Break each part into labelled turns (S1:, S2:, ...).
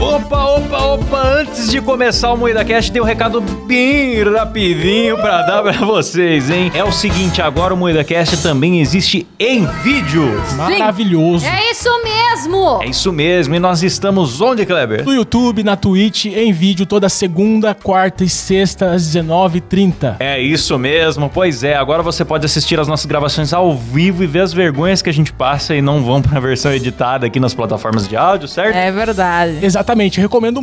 S1: Opa, opa, opa! Antes de começar o Moeda Cast, tem um recado bem rapidinho pra dar pra vocês, hein? É o seguinte, agora o Moeda Cast também existe em vídeo.
S2: Maravilhoso.
S3: É isso mesmo!
S1: É isso mesmo, e nós estamos onde, Kleber?
S2: No YouTube, na Twitch, em vídeo, toda segunda, quarta e sexta, às 19h30.
S1: É isso mesmo, pois é. Agora você pode assistir as nossas gravações ao vivo e ver as vergonhas que a gente passa e não vão pra versão editada aqui nas plataformas de áudio, certo?
S4: É verdade.
S2: Exatamente, eu recomendo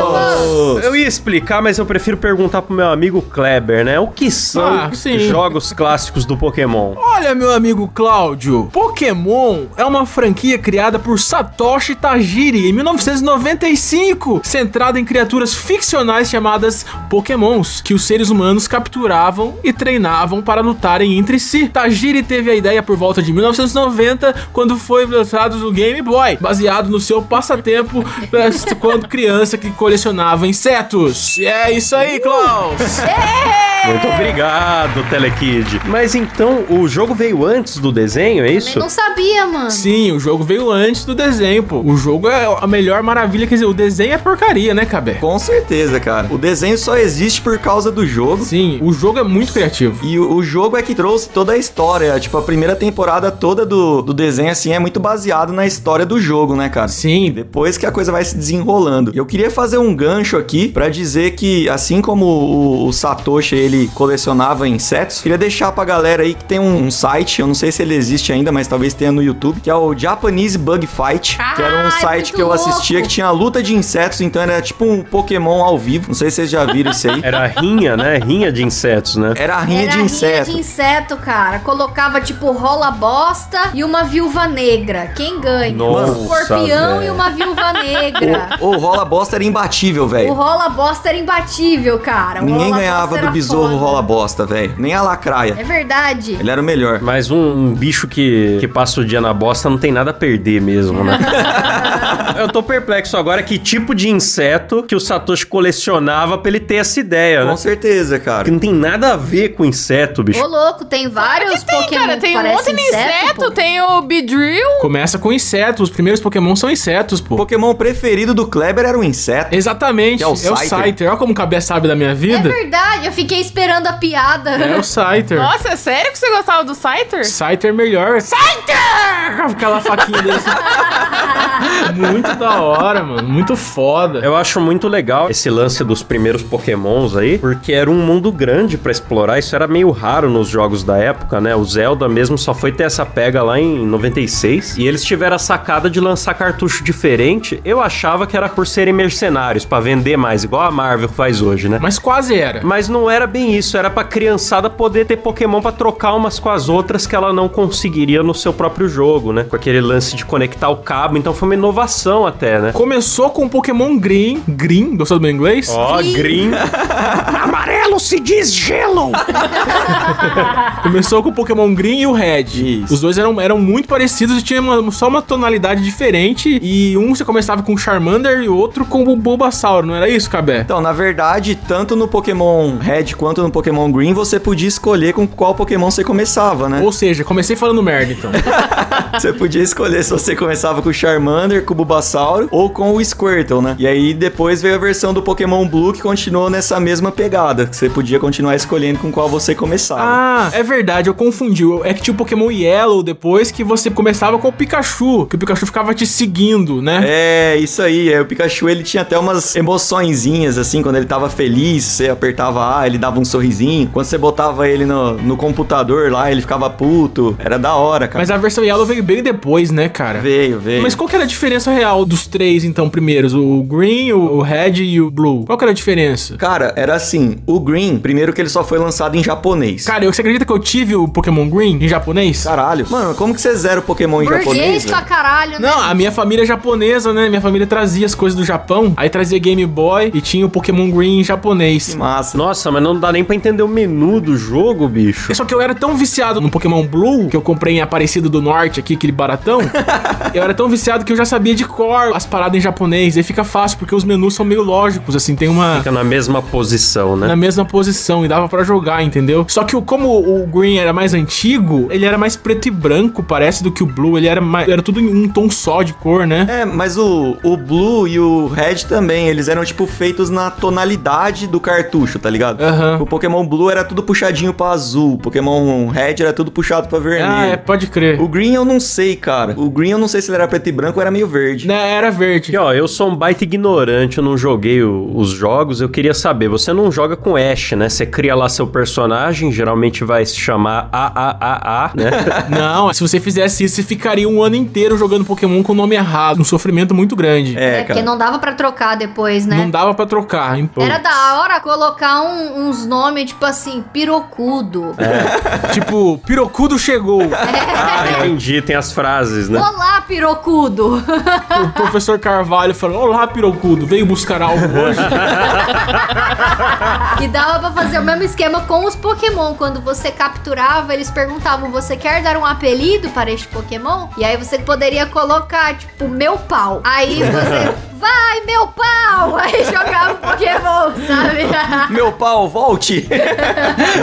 S5: Vamos!
S1: Eu ia explicar, mas eu prefiro perguntar pro meu amigo Kleber, né? O que são
S2: Ah, sim.
S1: jogos clássicos do Pokémon?
S2: Olha, meu amigo Cláudio, Pokémon é uma franquia criada por Satoshi Tajiri em 1995, centrada em criaturas ficcionais chamadas Pokémons, que os seres humanos capturavam e treinavam para lutarem entre si. Tajiri teve a ideia por volta de 1990, quando foi lançado o Game Boy, baseado no seu passatempo eh, quando criança que colecionava insetos. E é isso aí, Klaus!
S1: Muito obrigado, Telekid. Mas então, o jogo veio antes do desenho, é
S3: Mas
S1: isso?
S3: não sabia, mano.
S2: Sim, o jogo veio antes do desenho, pô. O jogo é a melhor maravilha, quer dizer, o desenho é porcaria, né, Cabé?
S5: Com certeza, cara. O desenho só existe por causa do jogo.
S2: Sim, o jogo é muito criativo.
S5: E o o jogo é que trouxe toda a história. Tipo, a primeira temporada toda do, do desenho, assim, é muito baseado na história do jogo, né, cara?
S2: Sim,
S5: Depois que a coisa vai se desenrolando. E eu queria fazer um gancho aqui pra dizer que, assim como o, o Satoshi ele colecionava insetos, queria deixar pra galera aí que tem um, um site, eu não sei se ele existe ainda, mas talvez tenha no YouTube, que é o Japanese Bug Fight, que era
S3: Ah, é
S5: um site
S3: muito
S5: que eu assistia
S3: louco.
S5: que tinha luta de insetos, então era tipo um Pokémon ao vivo. Não sei se vocês já viram isso aí.
S1: Era rinha, né? Rinha de insetos, né?
S5: Era a rinha
S3: Era
S5: de
S3: rinha de
S5: inseto.
S3: inseto, cara. Colocava, tipo, rola bosta e uma viúva negra. Quem ganha?
S1: Nossa,
S3: um escorpião
S1: velho.
S3: e uma viúva negra.
S5: O, o rola bosta era imbatível,
S3: O
S5: velho.
S3: rola bosta era imbatível, cara. O
S5: Ninguém
S3: rola
S5: ganhava
S3: bosta
S5: do
S3: era
S5: besouro cachorro rola bosta, velho. Nem a lacraia.
S3: É verdade.
S5: Ele era o melhor.
S1: Mas um, um bicho que, que passa o dia na bosta não tem nada a perder mesmo, né? Eu tô perplexo agora que tipo de inseto que o Satoshi colecionava pra ele ter essa ideia, né?
S5: Com certeza,
S1: Que
S5: cara.
S1: não tem nada a ver com inseto,
S5: é
S1: bicho.
S3: Ô, louco, tem vários
S4: Tem,
S3: Pokémon
S4: cara,
S3: que
S4: tem um monte de
S3: parecem
S4: inseto,
S3: pô.
S4: tem o Beedrill.
S2: Começa com insetos. Os primeiros Pokémon são insetos,
S5: O
S2: pô.
S5: Pokémon preferido do Kleber era o inseto.
S2: Exatamente.
S5: Que
S2: É
S5: é o
S2: o Scyther.
S5: Scyther.
S2: Olha como o cabeça sabe da minha
S3: É
S2: vida.
S3: verdade, eu fiquei esperando a piada.
S2: É, o Scyther.
S4: Nossa, é sério que você gostava do Scyther?
S2: Scyther melhor. Scyther! Com Aquela faquinha dele assim. Muito da hora, mano. Muito foda.
S1: Eu acho muito legal esse lance dos primeiros Pokémons aí, porque era um mundo grande pra explorar, isso era meio raro nos jogos da época, né? O Zelda mesmo só foi ter essa pega lá em 96, e eles tiveram a sacada de lançar cartucho diferente. Eu achava que era por serem mercenários, pra vender mais, igual a Marvel faz hoje, né?
S2: Mas quase era.
S1: Mas não era bem isso, era pra criançada poder ter Pokémon pra trocar umas com as outras que ela não conseguiria no seu próprio jogo, né? Com aquele lance de conectar o cabo, então foi uma inovação até, né?
S2: Começou com o Pokémon Green. Green? Gostou do meu inglês?
S1: Ó, green. Amarelo se diz gelo.
S2: Começou com o Pokémon Green e o Red.
S5: Isso.
S2: Os dois eram, eram muito parecidos e tinham uma- só uma tonalidade diferente. E um você começava com o Charmander e o outro com o Bulbasaur, não era isso, Cabé?
S5: Então, na verdade, tanto no Pokémon Red quanto no Pokémon Green, você podia escolher com qual Pokémon você começava, né?
S2: Ou seja, comecei falando merda, então.
S5: Você podia escolher se você começava com o Charmander, com o Bulbasauro ou com o Squirtle, né? E aí depois veio a versão do Pokémon Blue que continuou nessa mesma pegada, que você podia continuar escolhendo com qual você começava.
S2: ah, é verdade, eu confundi. Eu- É que tinha o Pokémon Yellow depois que você começava com o Pikachu, que o Pikachu ficava te seguindo, né?
S5: É, isso aí. É, o Pikachu, ele tinha até umas emoçõezinhas, assim, quando ele tava feliz, você apertava A, ele dava um sorrisinho. Quando você botava ele no, no computador lá, ele ficava puto. Era da hora, cara.
S2: Mas a versão Yellow veio bem depois, né, cara?
S5: Veio, veio.
S2: Mas qual que era a diferença real dos três, então, primeiros? O Green, o o Red e o Blue? Qual que era a diferença?
S5: Cara, era assim, o Green, primeiro que ele só foi lançado em japonês.
S2: Cara, eu- você acredita que eu tive o Pokémon Green em japonês?
S5: Caralho. Mano, como que você zera o Pokémon em japonês?
S3: Burguês pra
S5: velho?
S3: caralho, né?
S2: Não, a minha família é japonesa, né? Minha família trazia as coisas do Japão, aí trazia Game Boy e tinha o Pokémon Green em japonês.
S5: Que massa.
S1: Nossa, mas não dá nem pra entender o menu do jogo, bicho.
S2: Só que eu era tão viciado no Pokémon Blue, que eu comprei em Aparecido do Norte aqui, aquele baratão. eu era tão viciado que eu já sabia de cor as paradas em japonês. Aí fica fácil, porque os menus são meio lógicos, assim, tem uma.
S1: Fica na mesma posição, né?
S2: na mesma posição e dava pra jogar, entendeu? Só que o- como o Green era mais antigo, ele era mais preto e branco, parece, do que o Blue. Ele era mais, era tudo em um tom só de cor, né?
S5: É, mas o, o Blue e o Red também, eles eram, tipo, feitos na tonalidade do cartucho, tá ligado?
S2: Aham.
S5: O Pokémon Blue era tudo puxadinho pra azul, o Pokémon Red era tudo puxado pra
S2: Ah, é,
S5: vermelho.
S2: pode crer.
S5: O Green eu não sei, cara. O Green eu não sei se ele era preto e branco ou era meio verde.
S2: Né, era
S1: Aqui,
S2: verde.
S1: ó, eu sou um baita ignorante, eu não joguei o- os jogos, eu queria saber, você não joga com Ash, né? Você cria lá seu personagem, geralmente vai se chamar AAAA, né?
S2: Não, se você fizesse isso, você ficaria um ano inteiro jogando Pokémon com o nome errado. Um sofrimento muito grande.
S3: É,
S5: É,
S3: porque
S5: cara.
S3: não dava pra trocar depois, né?
S2: Não dava pra trocar. hein?
S3: Era da hora colocar um- uns nomes, tipo assim, pirocudo.
S5: É.
S2: Tipo, Pirocudo chegou.
S1: ah, entendi, tem as frases, né?
S3: Olá, pirocudo!
S2: o professor Carvalho falou: Olá, Pirocudo, veio buscar algo hoje.
S3: e dava pra fazer o mesmo esquema com os Pokémon. Quando você capturava, eles perguntavam: Você quer dar um apelido para este Pokémon? E aí você poderia colocar, tipo, meu pau. Aí você. Vai, meu pau! Aí jogava o Pokémon, sabe?
S5: Meu pau, volte!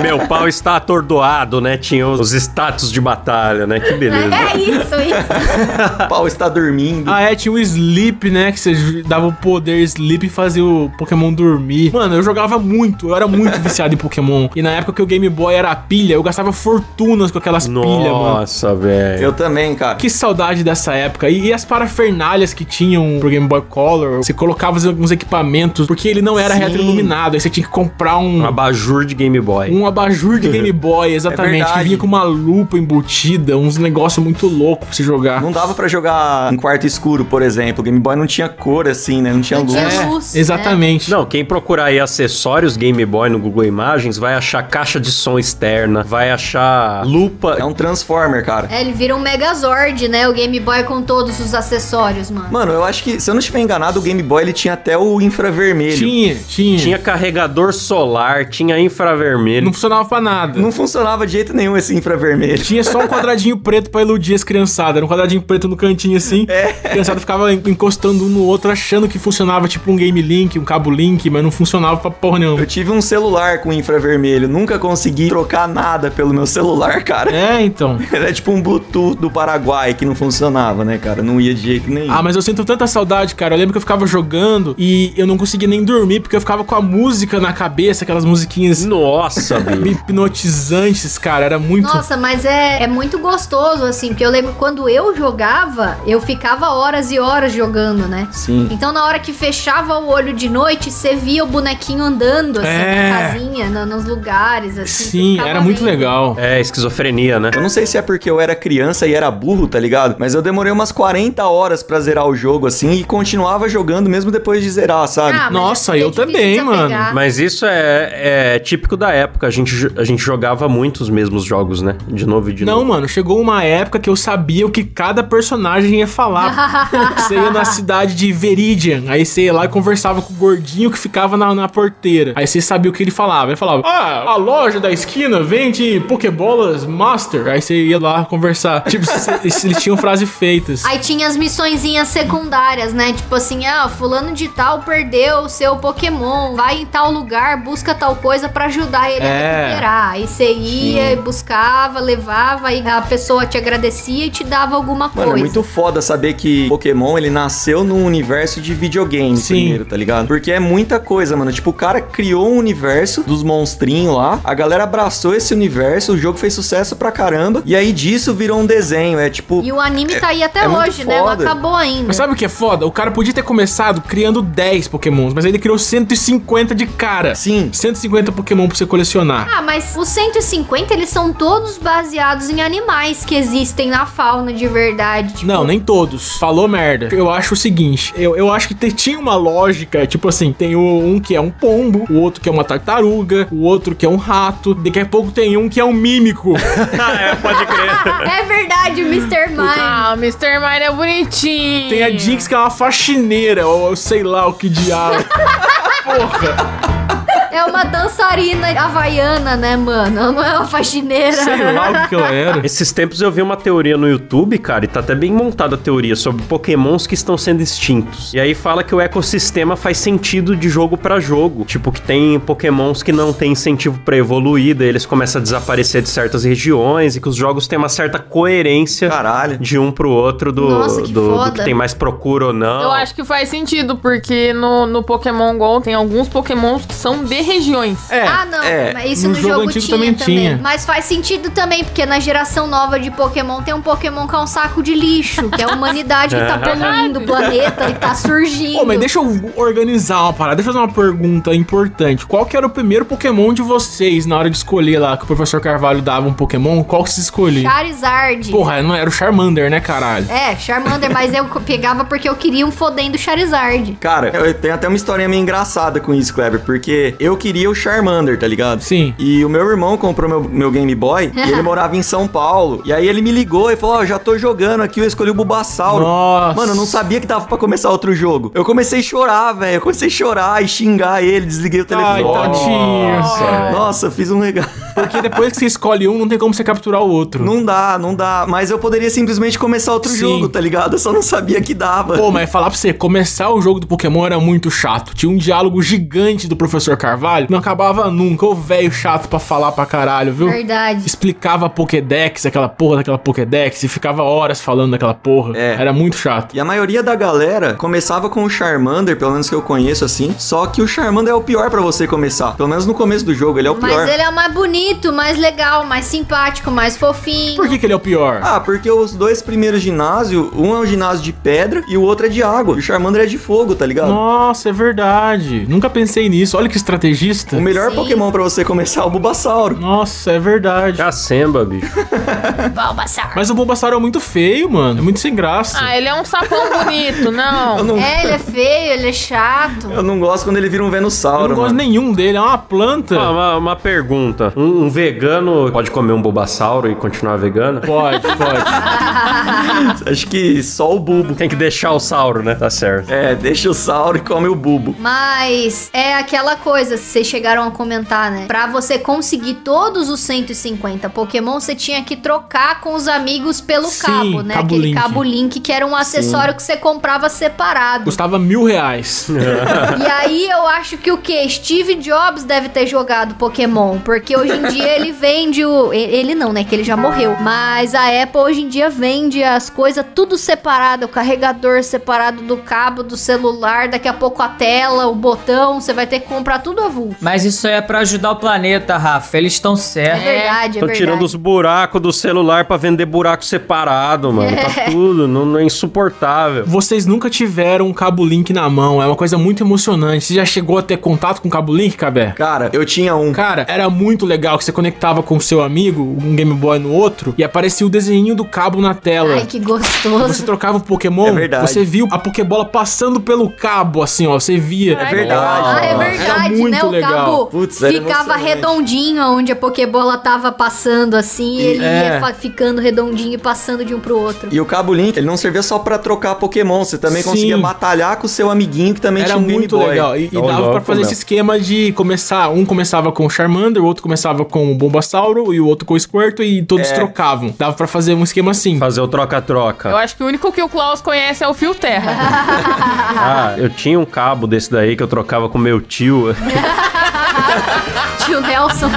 S1: Meu pau está atordoado, né? Tinha os status de batalha, né? Que beleza.
S3: é isso, isso.
S5: o pau está dormindo.
S2: Ah, é, tinha o Sleep, né? Que você j- dava o poder Sleep e fazia o Pokémon dormir. Mano, eu jogava muito, eu era muito viciado em Pokémon. E na época que o Game Boy era a pilha, eu gastava fortunas com aquelas pilhas, mano.
S1: Nossa, velho.
S5: Eu também, cara.
S2: Que saudade dessa época. E, e as parafernálias que tinham pro Game Boy Color. Você colocava os- alguns equipamentos, porque ele não era
S5: Sim.
S2: retroiluminado. Aí você tinha que comprar
S1: Um
S2: um.
S1: abajur de Game Boy.
S2: Um abajur de Game Boy, exatamente. que
S5: É verdade.
S2: vinha com uma lupa embutida, uns negócios muito loucos pra você jogar.
S5: Não dava pra jogar em quarto escuro, por exemplo. O Game Boy não tinha cor assim, né? Não tinha
S3: Não
S5: luz.
S3: tinha
S2: É,
S3: luz. né?
S2: Exatamente.
S1: Não, quem procurar aí acessórios Game Boy no Google Imagens vai achar caixa de som externa, vai achar
S5: É
S1: lupa.
S5: um Transformer, cara.
S3: É, ele vira um Megazord, né? O Game Boy com todos os acessórios, mano.
S5: Mano, eu acho que, se eu não estiver enganado, o Game Boy ele tinha até o infravermelho.
S2: Tinha, tinha.
S1: Tinha carregador solar, tinha infravermelho.
S2: Não funcionava pra nada.
S5: Não funcionava de jeito nenhum esse infravermelho.
S2: Tinha só um quadradinho preto pra iludir as criançadas. Era um quadradinho preto no cantinho assim.
S5: É.
S2: A criançada ficava en- encostando um no outro, achando que funcionava tipo um Game Link, um cabo Link, mas não funcionava pra porra nenhuma.
S5: Eu tive um celular com infravermelho, nunca consegui trocar nada pelo meu celular, cara.
S2: É, então.
S5: Era tipo um Bluetooth do Paraguai que não funcionava, né, cara? Não ia de jeito nenhum.
S2: Ah, mas eu sinto tanta saudade, cara. Eu lembro que eu ficava jogando e eu não conseguia nem dormir porque eu ficava com a música na cabeça, aquelas musiquinhas
S1: Nossa,
S2: me
S1: bicho.
S2: hipnotizantes, cara. Era muito.
S3: Nossa, mas é, é muito gostoso, assim, porque eu lembro quando eu jogava, eu ficava horas e horas jogando, né?
S5: Sim.
S3: Então, na hora que fechava o olho de noite, você via o bonequinho andando, assim,
S2: É.
S3: na casinha, na- nos lugares, assim. você
S2: Sim,
S3: ficava
S2: era muito
S3: vendo.
S2: legal.
S1: É, esquizofrenia, né?
S5: Eu não sei se é porque eu era criança e era burro, tá ligado? Mas eu demorei umas 40 horas pra zerar o jogo, assim, e continuava jogando mesmo depois de zerar, sabe?
S3: Ah, mas
S2: Nossa,
S3: é
S2: eu
S3: difícil
S2: também,
S3: desapegar.
S1: Mas isso é, é típico da época. A gente, jo- a gente jogava muito os mesmos jogos, né? De novo e de
S2: Não,
S1: novo.
S2: mano, chegou uma época que eu sabia o que cada personagem ia falar. você ia na cidade de Veridian, aí você ia lá e conversava com o gordinho que ficava na, na porteira. Aí você sabia o que ele falava. Ele falava, ah, a loja da esquina vende Pokébolas Master. Aí você ia lá conversar. Tipo, cê- eles tinham frases feitas.
S3: Aí tinha as missõezinhas secundárias, né? Tipo assim, ah, fulano de tal perdeu o seu Pokémon, vai em tal lugar, busca tal coisa pra ajudar ele
S2: É.
S3: a recuperar. Aí você ia e buscava, levava, e a pessoa te agradecia e te dava alguma
S5: Mano,
S3: coisa.
S5: é muito foda saber que Pokémon, ele nasceu num universo de videogame
S2: Sim.
S5: primeiro, tá ligado? Porque é muita coisa, mano. Tipo, o cara criou um universo dos monstrinhos lá, a galera abraçou esse universo, o jogo fez sucesso pra caramba, e aí disso virou um desenho, é tipo...
S3: E o anime tá aí até
S5: é muito
S3: hoje, né? Não
S5: foda.
S3: acabou ainda.
S2: Mas sabe o que é foda? O cara podia ter começado criando 10 Pokémons, mas ele criou 150 de cara.
S5: Sim.
S2: 150 Pokémon pra você colecionar.
S3: Ah, mas os 150, eles são todos baseados em animais que existem na fauna de verdade. Tipo,
S2: Não, nem todos. Falou merda. Eu acho o seguinte: eu, eu acho que te- tinha uma lógica, tipo assim, tem o- um que é um pombo, o outro que é uma tartaruga, o outro que é um rato, daqui a pouco tem um que é um mímico.
S1: ah, é, pode crer.
S3: É verdade, o Mr. Mime.
S4: Ah, o Mr. Mine é bonitinho.
S2: tem a Jinx que é uma faxineira, ou sei lá o que diabo. Porra,
S3: É uma dançarina havaiana, né, mano? Ela Não é uma faxineira.
S2: sei lá o que que ela era.
S1: Esses tempos eu vi uma teoria no YouTube, cara, e tá até bem montada a teoria sobre pokémons que estão sendo extintos. E aí fala que o ecossistema faz sentido de jogo pra jogo. Tipo, que tem pokémons que não tem incentivo pra evoluir, daí eles começam a desaparecer de certas regiões e que os jogos têm uma certa coerência
S5: Caralho.
S1: de um pro outro do,
S3: Nossa, que
S1: do, do
S3: foda.
S1: que tem mais procura ou não.
S4: Eu acho que faz sentido, porque no, no Pokémon GO tem alguns Pokémons que são de regiões.
S2: É.
S3: ah, não.
S5: é.
S3: mas Isso
S2: No
S3: no,
S2: jogo
S3: jogo,
S2: antigo
S3: tinha
S2: também
S3: também,
S2: tinha.
S3: Mas faz sentido também, porque na geração nova de Pokémon tem um Pokémon que é um saco de lixo, que é a humanidade que tá poluindo o planeta e tá surgindo.
S2: Pô, mas deixa eu organizar uma parada, deixa eu fazer uma pergunta importante. Qual que era o primeiro Pokémon de vocês na hora de escolher lá, que o professor Carvalho dava um Pokémon? Qual que se escolhia?
S3: Charizard.
S2: Porra, não era o Charmander, né, caralho?
S3: É, Charmander, mas eu co- pegava porque eu queria um fodendo Charizard.
S5: Cara, eu tenho até uma historinha meio engraçada com isso, Kleber, porque eu queria o Charmander, tá ligado?
S2: Sim.
S5: E o meu irmão comprou meu, meu Game Boy e ele morava em São Paulo. E aí ele me ligou e falou: Ó, já tô jogando aqui, eu escolhi o Bulbasauro.
S2: Nossa.
S5: Mano, eu não sabia que dava pra começar outro jogo. Eu comecei a chorar, velho. Eu comecei a chorar e xingar ele, desliguei o
S2: Ai,
S5: telefone.
S2: tadinho.
S5: Nossa, Nossa, fiz um legal.
S2: Porque depois que você escolhe um, não tem como você capturar o outro.
S5: Não dá, não dá. Mas eu poderia simplesmente começar outro
S2: Sim.
S5: jogo, tá ligado? Eu só não sabia que dava.
S2: Pô, mas falar pra você, começar o jogo do Pokémon era muito chato. Tinha um diálogo gigante do professor Carvalho, não acabava nunca. Ô velho chato pra falar pra caralho, viu?
S3: Verdade.
S2: Explicava a Pokédex, aquela porra daquela Pokédex, e ficava horas falando daquela porra.
S5: É.
S2: Era muito chato.
S5: E a maioria da galera começava com o Charmander, pelo menos que eu conheço assim. Só que o Charmander é o pior pra você começar. Pelo menos no começo do jogo, ele é o pior.
S3: Mas ele é o mais bonito, mais legal, mais simpático, mais fofinho.
S2: Por que, que ele é o pior?
S5: Ah, porque os dois primeiros ginásios, um é um ginásio de pedra e o outro é de água. E o Charmander é de fogo, tá ligado?
S2: Nossa, é verdade. Nunca pensei nisso. Olha que estrategista.
S5: O melhor
S3: Sim.
S5: Pokémon pra você começar é o Bulbasauro.
S2: Nossa, é verdade.
S1: Cacemba, bicho.
S3: Balbassar.
S2: Mas o Bulbasaur é muito feio, mano. É muito sem graça.
S4: Ah, ele é um sapão bonito,
S5: Eu
S4: não.
S5: não,
S3: É, ele é feio, ele é chato.
S5: eu não gosto quando ele vira um
S2: Eu
S5: Venusauro,
S2: não gosto
S5: mano.
S2: nenhum dele, é uma planta.
S1: Ah, uma, uma pergunta. Um, um vegano pode comer um Bulbasauro e continuar vegano?
S2: Pode, pode.
S5: Acho que só o bubo.
S1: Tem que deixar o Sauro, né? Tá certo.
S5: É, deixa o Sauro e come o bubo.
S3: Mas é aquela coisa, vocês chegaram a comentar, né? Pra você conseguir todos os 150 Pokémon, você tinha que trocar com os amigos pelo
S2: Sim,
S3: cabo, né?
S2: cabo
S3: Aquele
S2: link.
S3: cabo link que era um acessório que você comprava separado.
S2: Custava mil reais.
S3: E aí eu acho que o que? Steve Jobs deve ter jogado Pokémon, porque hoje em dia ele vende o. e- Ele não, né? Que ele já morreu. Mas a Apple hoje em dia vende as coisas tudo separado, o carregador separado do cabo, do celular, daqui a pouco a tela, o botão, você vai ter que comprar tudo avulso.
S6: Mas isso aí é pra ajudar o planeta, Rafa. Eles estão
S3: É
S6: certos.
S3: verdade, é
S1: Estão
S3: verdade.
S1: tirando os buracos do celular pra vender buraco separado, mano. Tá tudo, não, não é insuportável.
S2: Vocês nunca tiveram um cabo link na mão, é uma coisa muito emocionante. Você já chegou a ter contato com o cabo link, Cabé?
S5: Cara, eu tinha um.
S2: Cara, era muito legal que você conectava com o seu amigo, um Game Boy no outro, e aparecia o desenho do cabo na tela.
S3: Ai, que
S2: Você
S3: gostoso.
S2: trocava o Pokémon,
S5: É verdade.
S2: você viu a Pokébola passando pelo cabo, assim, ó. Você via.
S5: É verdade.
S3: Ah, é verdade,
S2: tá Era muito
S3: né? O
S2: legal.
S3: cabo
S5: Putz, era
S3: ficava
S5: emocionante.
S3: redondinho onde a Pokébola tava passando assim, e ele
S2: é.
S3: ia fa- ficando redondinho e passando de um pro outro.
S5: E o cabo Link, ele não servia só pra trocar Pokémon, você também
S2: Sim.
S5: conseguia batalhar com o seu amiguinho que também
S2: Era
S5: tinha um Game
S2: muito
S5: Boy.
S2: legal. E, e
S1: Ô,
S2: dava pra
S1: louco,
S2: fazer
S1: meu.
S2: esse esquema de começar. Um começava com o Charmander, o outro começava com o Bombasauro e o outro com o Squirtle e
S3: É.
S2: todos trocavam. Dava pra fazer um esquema assim.
S1: Fazer o
S4: Eu
S1: troca-troca.
S4: acho que o único que o Klaus conhece é o Fio Terra.
S1: Ah, eu tinha um cabo desse daí que eu trocava com meu tio.
S3: Tio Nelson.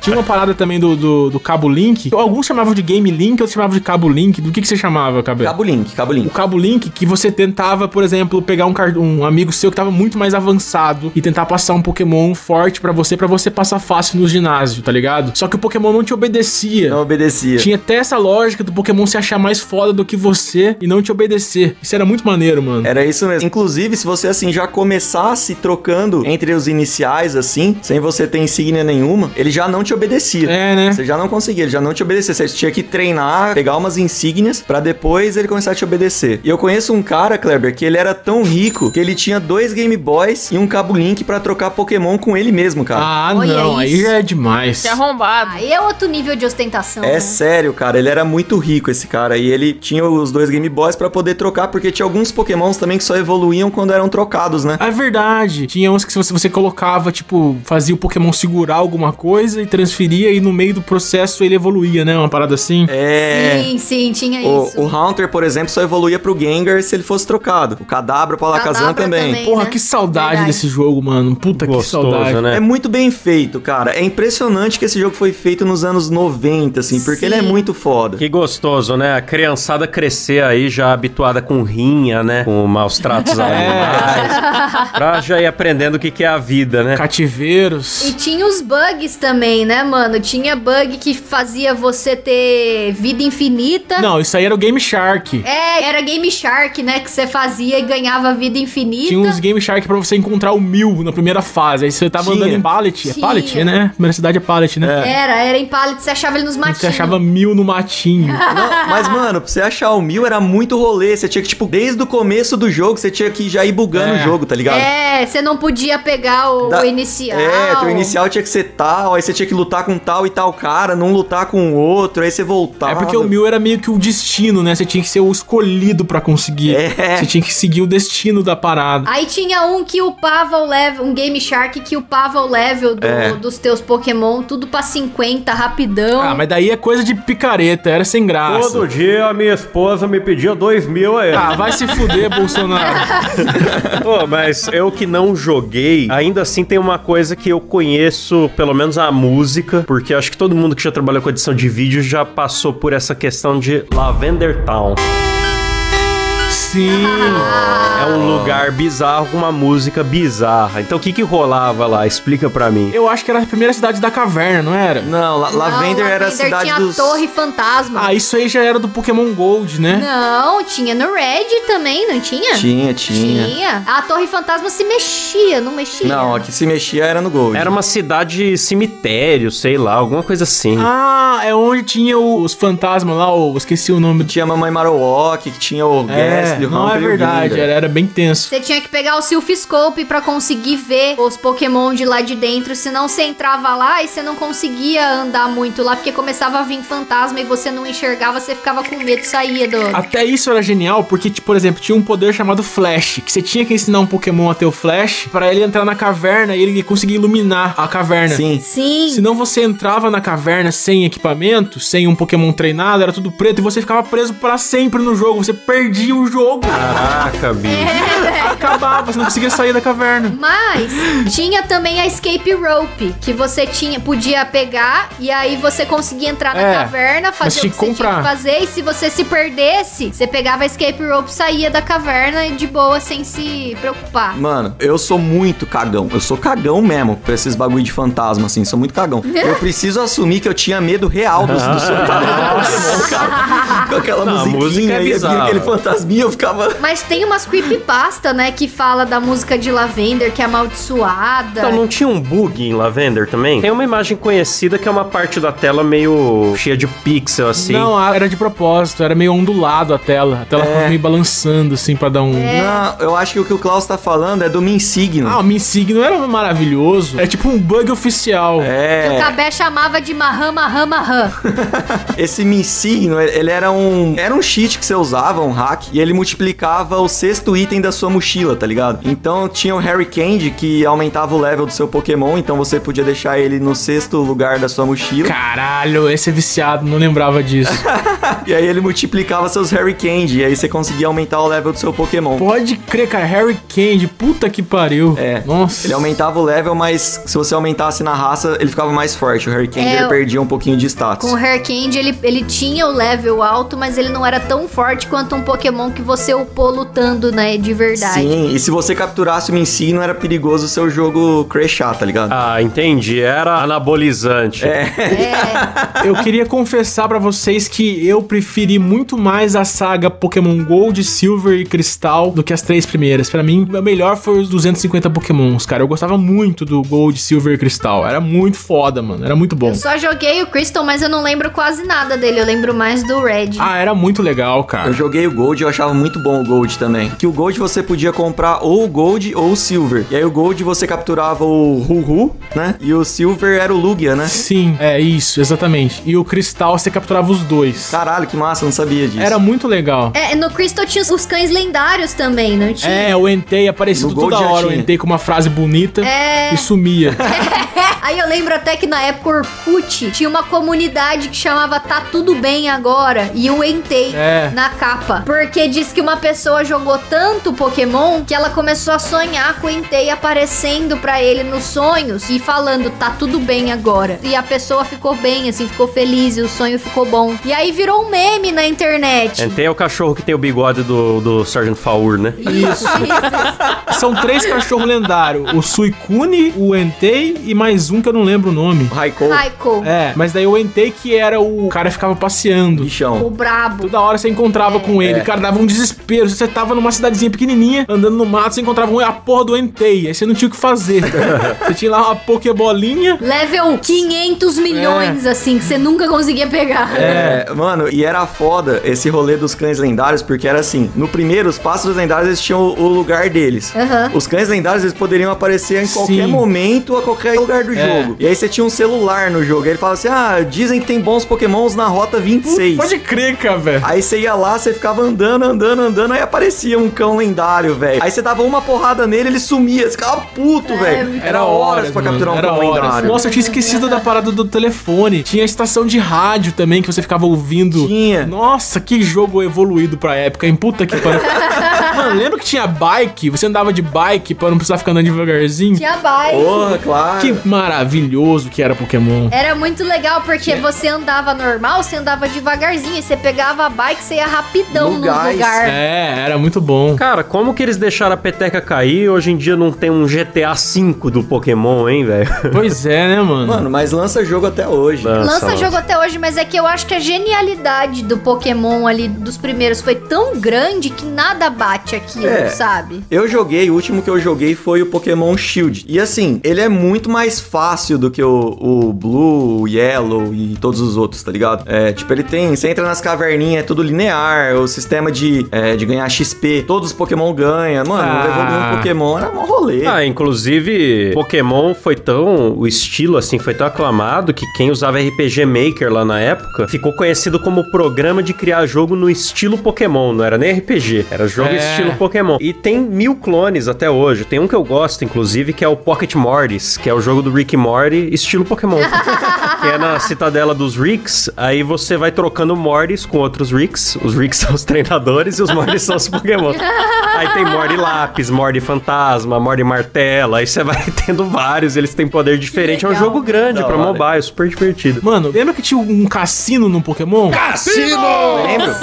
S2: Tinha uma parada também do, do, do Cabo Link. Alguns chamavam de Game Link, outros chamavam de Cabo Link. Do que, que você chamava, Cabelo?
S5: Cabo Link, Cabo
S2: o
S5: Link.
S2: cabo link que você tentava, por exemplo, pegar um, car- um amigo seu que tava muito mais avançado e tentar passar um Pokémon forte pra você, pra você passar fácil no ginásio, tá ligado? Só que o Pokémon não te obedecia.
S5: Não obedecia.
S2: Tinha até essa lógica do Pokémon se achar mais foda do que você e não te obedecer. Isso era muito maneiro, mano.
S5: Era isso mesmo. Inclusive, se você assim já começasse trocando entre os iniciais assim, sem você ter insígnia nenhuma, ele já não te obedecia.
S2: É, né?
S5: Você já não conseguia, ele já não te obedecia. Você tinha que treinar, pegar umas insígnias pra depois ele começar a te obedecer. E eu conheço um cara, Kleber, que ele era tão rico que ele tinha dois Game Boys e um cabo Link pra trocar Pokémon com ele mesmo, cara.
S2: Ah,
S3: Olha
S2: não, aí
S3: isso.
S2: já é demais.
S4: Que arrombado.
S3: Aí é outro nível de ostentação.
S5: É
S3: né?
S5: sério, cara, ele era muito rico esse cara e ele tinha os dois Game Boys pra poder trocar porque tinha alguns Pokémons também que só evoluíam quando eram trocados, né?
S2: Ah, É verdade. Tinha uns que se você, você colocava, tipo, fazia o Pokémon segurar alguma coisa e transferia, e no meio do processo ele evoluía, né? Uma parada assim.
S5: É.
S3: Sim, sim, tinha isso.
S5: O, o Haunter, por exemplo, só evoluía pro Gengar se ele fosse trocado. O Cadabra pro Alakazam
S3: Kadabra
S5: também.
S3: também.
S2: Porra,
S3: né?
S2: que saudade
S3: Verdade.
S2: desse jogo, mano. Puta que
S1: Gostoso,
S2: saudade.
S1: né?
S5: É muito bem feito, cara. É impressionante que esse jogo foi feito nos anos 90, assim, porque
S3: Sim.
S5: ele é muito foda.
S1: Que gostoso, né? A criançada crescer aí já habituada com rinha, né? Com maus tratos
S2: É.
S1: animais. pra já ir aprendendo o que, que é a vida, né?
S3: E
S2: Cativeiros.
S3: tinha os bugs também, né, mano? Tinha bug que fazia você ter vida infinita.
S2: Não, isso aí era o Game Shark.
S3: É, era Game Shark, né? Que você fazia e ganhava vida infinita.
S2: Tinha uns Game Shark pra você encontrar o mil na primeira fase. Aí você tava
S5: Tinha.
S2: andando em Pallet. É
S3: Tinha.
S2: Pallet, né? Primeira cidade é Pallet, né?
S3: Era, era em pallet, você achava ele nos matinhos.
S2: Você achava mil no matinho.
S5: Não, mas, mano, pra você achar o mil era muito rolê. Você tinha que, tipo, desde o começo do jogo, você tinha que já ir bugando
S2: É.
S5: o jogo, tá ligado?
S3: É, você não podia pegar o,
S5: Da-
S3: o inicial.
S5: É, teu inicial tinha que ser tal, aí você tinha que lutar com tal e tal cara, não lutar com o outro, aí você voltava.
S2: É porque o mil era meio que o destino, né? Você tinha que ser o escolhido pra conseguir.
S5: É.
S2: Você tinha que seguir o destino da parada.
S3: Aí tinha um que upava o level, um Game Shark que upava o level do-
S5: É.
S3: dos teus Pokémon, tudo pra 50, rapidão.
S2: Ah, mas daí é coisa de picareta, era sem graça.
S1: Todo dia a minha esposa me pedia dois mil aí.
S2: Ah, vai se fuder, Bolsonaro.
S1: Pô, mas eu que não joguei, ainda assim tem uma coisa que eu conheço, pelo menos a música, porque acho que todo mundo que já trabalhou com edição de vídeo já passou por essa questão de Lavender Town.
S2: Sim.
S1: É um lugar bizarro com uma música bizarra. Então o que que rolava lá? Explica pra mim.
S2: Eu acho que era a primeira cidade da caverna, não era?
S5: Não, La
S3: Não,
S5: Lavender era a
S3: Lavender
S5: cidade
S3: tinha
S5: dos.
S3: a Torre Fantasma.
S2: Ah, isso aí já era do Pokémon Gold, né?
S3: Não, tinha no Red também, não tinha?
S5: Tinha, tinha.
S3: Tinha. A Torre Fantasma se mexia, não mexia?
S5: Não, a que se mexia era no Gold.
S1: Era uma cidade cemitério, sei lá, alguma coisa assim.
S2: Ah, é onde tinha o- os fantasmas lá, o, esqueci o nome.
S5: Tinha a Mamãe Marowak, que tinha o
S2: É.
S5: Gaspar, velho.
S2: Não, é
S5: veio
S2: verdade,
S5: gringa.
S2: era, era bem tenso.
S3: Você tinha que pegar o Silphscope pra conseguir ver os Pokémon de lá de dentro, senão você entrava lá e você não conseguia andar muito lá, porque começava a vir fantasma e você não enxergava, você ficava com medo, saía do...
S2: Até isso era genial, porque, tipo, por exemplo, tinha um poder chamado Flash, que você tinha que ensinar um Pokémon a ter o Flash pra ele entrar na caverna e ele conseguir iluminar a caverna.
S5: Sim.
S3: Sim,
S2: Senão você entrava na caverna sem equipamento, sem um Pokémon treinado, era tudo preto e você ficava preso pra sempre no jogo. Você perdia o jogo.
S1: Caraca,
S2: É.
S1: bicho.
S2: Acabava, você não conseguia sair da caverna.
S3: Mas tinha também a escape rope, que você tinha, podia pegar e aí você conseguia entrar na
S2: É,
S3: caverna, fazer o
S2: tinha
S3: que
S2: que
S3: você tinha
S2: comprar.
S3: que fazer, e se você se perdesse, você pegava a escape rope, saía da caverna de boa sem se preocupar.
S5: Mano, eu sou muito cagão. Eu sou cagão mesmo pra esses bagulho de fantasma, assim. Sou muito cagão. Eu preciso assumir que eu tinha medo real dos, dos fantasmas. cara. Com aquela
S1: Não, a
S5: musiquinha
S1: música é
S5: aí, vinha
S1: bizarra.
S5: aquele fantasminha, eu ficava...
S3: Mas tem umas creepypasta, né, que fala da música de Lavender, que é amaldiçoada.
S1: Então, não tinha um bug em Lavender também? Tem uma imagem conhecida que é uma parte da tela meio cheia de pixel, assim.
S2: Não, a- era de propósito, era meio ondulado a tela. A
S5: É.
S2: tela ficava meio balançando, assim, pra dar um.
S5: Não, eu acho que o que o Klaus tá falando é do Minsigno.
S2: Ah, o Minsigno era maravilhoso. É tipo um bug oficial.
S3: Que o
S5: é,
S3: Cabé chamava de Maham, Maham, Maham.
S5: esse Minsigno, ele era um... Era um cheat que você usava, um hack, e ele multiplicava o sexto item da sua mochila, tá ligado? Então tinha o Harry Candy, que aumentava o level do seu Pokémon, então você podia deixar ele no sexto lugar da sua mochila.
S2: Caralho, esse é viciado, não lembrava disso.
S5: E aí ele multiplicava seus Harry Candy, e aí você conseguia aumentar o level do seu Pokémon.
S2: Pode crer, cara, Harry Candy, puta que pariu.
S5: É.
S2: Nossa.
S5: Ele aumentava o level, mas se você aumentasse na raça, ele ficava mais forte. O Harry Candy
S3: É,
S5: ele
S3: o-
S5: perdia um pouquinho de status.
S3: Com o Herkand, ele, ele tinha o level alto, mas ele não era tão forte quanto um Pokémon que você upou lutando, né, de verdade.
S5: Sim, e se você capturasse o Mincy, não era perigoso o seu jogo crashar, tá ligado?
S1: Ah, entendi. Era anabolizante. É.
S2: Eu queria confessar pra vocês que eu preferi muito mais a saga Pokémon Gold, Silver e Cristal do que as três primeiras. Pra mim, o melhor foi os 250 Pokémons, cara. Eu gostava muito do Gold, Silver e Cristal. Era muito foda, mano. Era muito bom.
S3: Eu só joguei o Crystal, mas eu não lembro quase nada dele. Eu lembro mais do Red.
S2: Ah, era muito legal,
S5: Eu
S2: cara.
S5: joguei o Gold e eu achava muito bom o Gold também. Que o Gold você podia comprar ou o Gold ou o Silver. E aí o Gold você capturava o Ruhu, né? E o Silver era o Lugia, né?
S2: Sim, é isso, exatamente. E o Cristal você capturava os dois.
S5: Caralho, que massa, eu não sabia disso.
S2: Era muito legal.
S3: É, no Crystal tinha os cães lendários também, não tinha?
S2: É, o Entei aparecido
S5: No Gold
S2: toda
S5: já
S2: hora, o
S5: tinha.
S2: Entei com uma frase bonita
S3: É.
S2: e sumia.
S3: Aí eu lembro até que na época o Orkut tinha uma comunidade que chamava Tá Tudo Bem Agora e o Entei
S2: É.
S3: na capa. Porque diz que uma pessoa jogou tanto Pokémon que ela começou a sonhar com o Entei aparecendo pra ele nos sonhos e falando Tá Tudo Bem Agora. E a pessoa ficou bem, assim, ficou feliz e o sonho ficou bom. E aí virou um meme na internet.
S1: É, Tem o cachorro que tem o bigode do, do Sgt. Faur, né?
S3: Isso, isso.
S2: São três cachorros lendários: o Suicune, o Entei e mais um que eu não lembro o nome.
S5: o Raikou,
S3: Michael,
S2: É, mas daí o Entei que era o cara que ficava passeando.
S5: bichão.
S3: o brabo.
S2: Toda hora você encontrava com
S5: É.
S2: ele. Cara, dava um desespero. Você tava numa cidadezinha pequenininha, andando no mato, você encontrava um, a porra do Entei. Aí você não tinha o que fazer. você tinha lá uma pokebolinha.
S3: Level 500 milhões, assim, que você nunca conseguia pegar.
S5: É, mano, e era foda esse rolê dos cães lendários, porque era assim, no primeiro, os pássaros lendários, eles tinham o, o lugar deles.
S3: Aham.
S5: Os cães lendários, eles poderiam aparecer em qualquer
S2: Sim.
S5: momento, a qualquer lugar do
S2: É.
S5: jogo. E aí você tinha um celular no jogo, aí ele falava assim, ah, dizem que tem bons pokémons na Rota 26.
S2: Pode crer, cara, velho.
S5: Aí você ia lá, você ficava andando, andando, andando, aí aparecia um cão lendário, velho. Aí você dava uma porrada nele, ele sumia, você ficava puto, velho.
S2: Era horas
S5: pra
S2: mano,
S5: capturar um
S2: era
S5: cão
S2: horas.
S5: lendário.
S2: Nossa, eu tinha esquecido da parada do telefone. Tinha a estação de rádio também que você ficava ouvindo.
S5: Tinha.
S2: Nossa, que jogo evoluído pra época, hein? Puta que pariu. Mano, lembra que tinha bike? Você andava de bike pra não precisar ficar andando devagarzinho?
S3: Tinha bike.
S5: Porra, claro.
S2: Que maravilhoso que era Pokémon.
S3: Era muito legal porque você andava normal, você andava devagarzinho, e você pegava a bike, você ia rapidão
S5: No
S3: no,
S5: gás,
S3: lugar.
S2: É, era muito bom.
S1: Cara, como que eles deixaram a peteca cair? Hoje em dia não tem um GTA V do Pokémon, hein, velho?
S2: Pois é, né, mano?
S5: Mano, mas lança jogo até hoje.
S3: Lança jogo até hoje, mas é que eu acho que a genialidade do Pokémon ali dos primeiros foi tão grande que nada bate aquilo,
S5: É.
S3: sabe?
S5: Eu joguei, o último que eu joguei foi o Pokémon Shield. E assim, ele é muito mais fácil do que o, o Blue, o Yellow e todos os outros, tá ligado? É, tipo, ele tem. Você entra nas caverninhas, é tudo linear, o sistema de, é, de ganhar XP, todos os Pokémon ganham. Mano,
S2: Ah.
S5: evoluir um Pokémon era um rolê.
S1: Ah, inclusive, Pokémon foi tão. O estilo, assim, foi tão aclamado que quem usava RPG Maker lá na época ficou conhecido como o programa de criar jogo no estilo Pokémon. Não era nem RPG, era jogo
S2: É.
S1: estilo Pokémon. E tem mil clones até hoje. Tem um que eu gosto, inclusive, que é o Pocket Mortis, que é o jogo do Rick e Morty, estilo Pokémon. que é na citadela dos Ricks. Aí você vai trocando Mortis com outros Ricks. Os Ricks são os treinadores e os Mortis são os Pokémon. Aí tem morde lápis, morde fantasma, morde martelo. Aí você vai tendo vários, eles têm poder diferente. É um
S4: legal.
S1: jogo grande
S5: Da
S1: pra
S5: hora.
S1: mobile, super divertido.
S2: Mano, lembra que tinha um cassino no Pokémon?
S5: Lembra?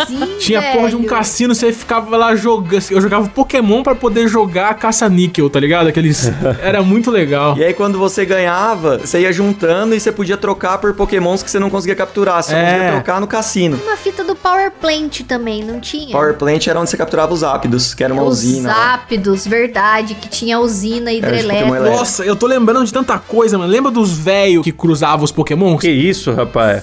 S3: Sim,
S2: Tinha
S3: velho.
S2: porra de um cassino, você ficava lá jogando. Eu jogava Pokémon pra poder jogar caça-níquel, tá ligado? Aqueles. Era muito legal.
S5: E aí, quando você ganhava, você ia juntando e você podia trocar por pokémons que você não conseguia capturar. Você só
S2: É.
S5: podia trocar no cassino.
S3: Uma fita do Power Plant também, não tinha?
S5: Power Plant era onde você capturava os ápidos, que era uma
S3: Os
S5: usina. lá.
S3: ápidos, verdade, que tinha usina
S5: de Pokémon
S3: hidrelétrica.
S5: elétrico.
S2: Nossa, eu tô lembrando de tanta coisa, mano. Lembra dos velhos que cruzavam os Pokémons?
S1: Que isso, rapaz?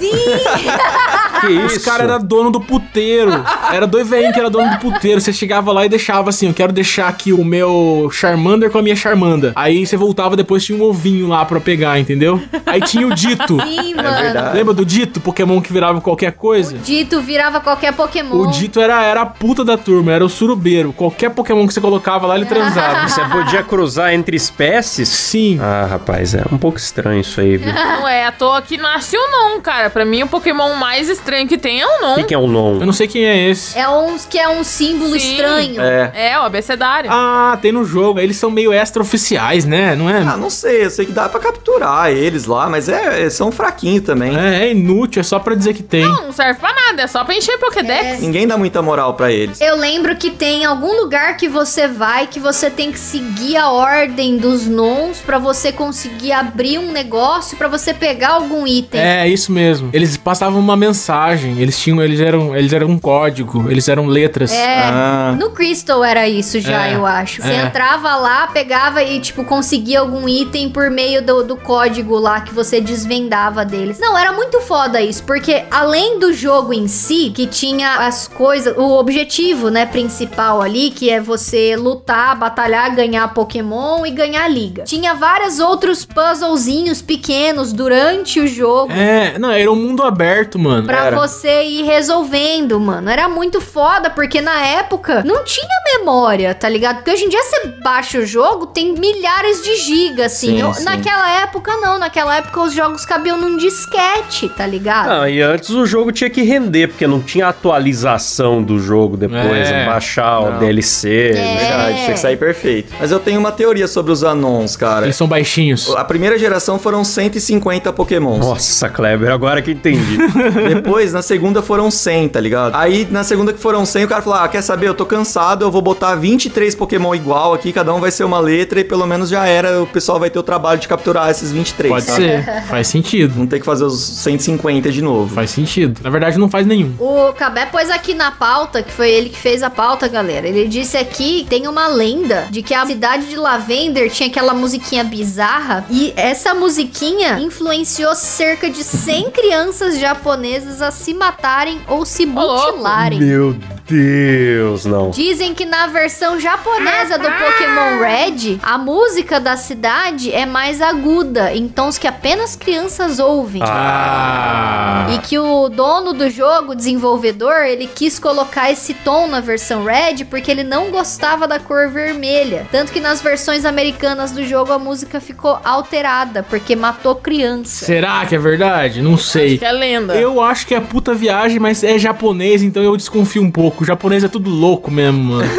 S1: Que isso?
S2: Os caras eram dono do puteiro. Era dois velhinhos que era dono do puteiro. Você chegava lá e deixava assim: eu quero deixar aqui o meu Charmander com a minha Charmanda. Aí você voltava depois tinha um ovinho lá pra pegar, entendeu? Aí tinha o Dito.
S3: Sim, mano.
S5: É verdade.
S2: Lembra do Dito? Pokémon que virava qualquer coisa?
S3: O Dito virava qualquer Pokémon.
S2: O Dito era, era a puta da turma, era o surubeiro. Qualquer Pokémon que você colocava lá, ele transava.
S1: Ah, Você podia cruzar entre espécies?
S2: Sim.
S1: Ah, rapaz, é um pouco estranho isso aí, viu?
S4: Não é à toa que nasce o não, cara. Pra mim, o Pokémon mais estranho que tem é o
S1: O
S4: não.
S1: que, que é um
S2: Eu
S1: non?
S2: não sei quem é esse.
S3: É uns que é um símbolo
S4: Sim.
S3: estranho.
S5: É.
S4: É, o abecedário.
S2: Ah, tem no jogo. Eles são meio extra-oficiais, né? Não é?
S5: Ah, não sei, eu sei que dá pra capturar eles lá, mas é, é- são fraquinhos também.
S2: É, é inútil, é só pra dizer que tem.
S4: Não serve pra nada, é só pra encher Pokédex.
S5: Ninguém dá muita moral pra eles.
S2: É.
S3: Eu lembro que tem algum lugar que você vai que você tem que seguir a ordem dos nons pra você conseguir abrir um negócio pra você pegar algum item.
S2: É, isso mesmo. Eles passavam uma mensagem, eles tinham, eles eram, eles eram um código, eles eram letras.
S3: É,
S5: Ah.
S3: No Crystal era isso já,
S2: É,
S3: eu acho. Você
S2: é.
S3: entrava lá, pegava e, tipo, conseguia algum item por meio do, do código lá que você desvendava deles. Não, era muito foda isso, porque além do jogo em si, que tinha as coisas, o objetivo, né, principal ali, que é você lutar, batalhar, ganhar Pokémon e ganhar liga. Tinha vários outros puzzlezinhos pequenos durante o jogo.
S2: É, não, era um mundo aberto, mano.
S3: Pra
S5: Era.
S3: você ir resolvendo, mano. Era muito foda, porque na época não tinha memória, tá ligado? Porque hoje em dia você baixa o jogo, tem milhares de gigas, assim.
S5: Sim,
S3: Eu-
S5: sim.
S3: Naquela época, não. Naquela época, os jogos cabiam num disquete, tá ligado?
S1: Ah, e antes o jogo tinha que render, porque não tinha atualização do jogo depois,
S2: É.
S1: baixar o
S5: Não.
S1: DLC.
S3: É.
S5: Verdade, tinha que sair perfeito. Mas eu tenho uma teoria sobre os anons, cara.
S2: Eles são baixinhos.
S5: A primeira geração foram 150 pokémons.
S1: Nossa, Kleber, agora que entendi.
S5: Depois, na segunda, foram 100, tá ligado? Aí, na segunda que foram 100, o cara falou, ah, quer saber? Eu tô cansado, eu vou botar 23 pokémon igual aqui, cada um vai ser uma letra e pelo menos já era, o pessoal vai ter o trabalho de capturar esses 23.
S2: Pode
S5: tá?
S2: ser. Faz sentido.
S5: Não tem que fazer os 150 de novo.
S2: Faz sentido. Na verdade, não faz nenhum.
S3: O Cabé pôs aqui na pauta, que foi ele que fez a pauta, galera. Ele disse aqui que tem uma lenda de que a cidade de Lavender tinha aquela musiquinha bizarra e essa musiquinha influenciou cerca de 100 crianças japonesas a se matarem ou se
S4: louco.
S3: mutilarem.
S1: Meu Deus, não.
S3: Dizem que na versão japonesa do Pokémon Red, a música da cidade é mais aguda, em tons que apenas crianças ouvem.
S2: Ah.
S3: E que o dono do jogo, o desenvolvedor, ele quis colocar esse tom na versão red porque ele não gostava da cor vermelha. Tanto que nas versões americanas do jogo a música ficou alterada porque matou criança.
S2: Será que é verdade? Não sei.
S4: Que é lenda.
S2: Eu acho que é puta viagem, mas é japonês, então eu desconfio um pouco. O japonês é tudo louco mesmo, mano.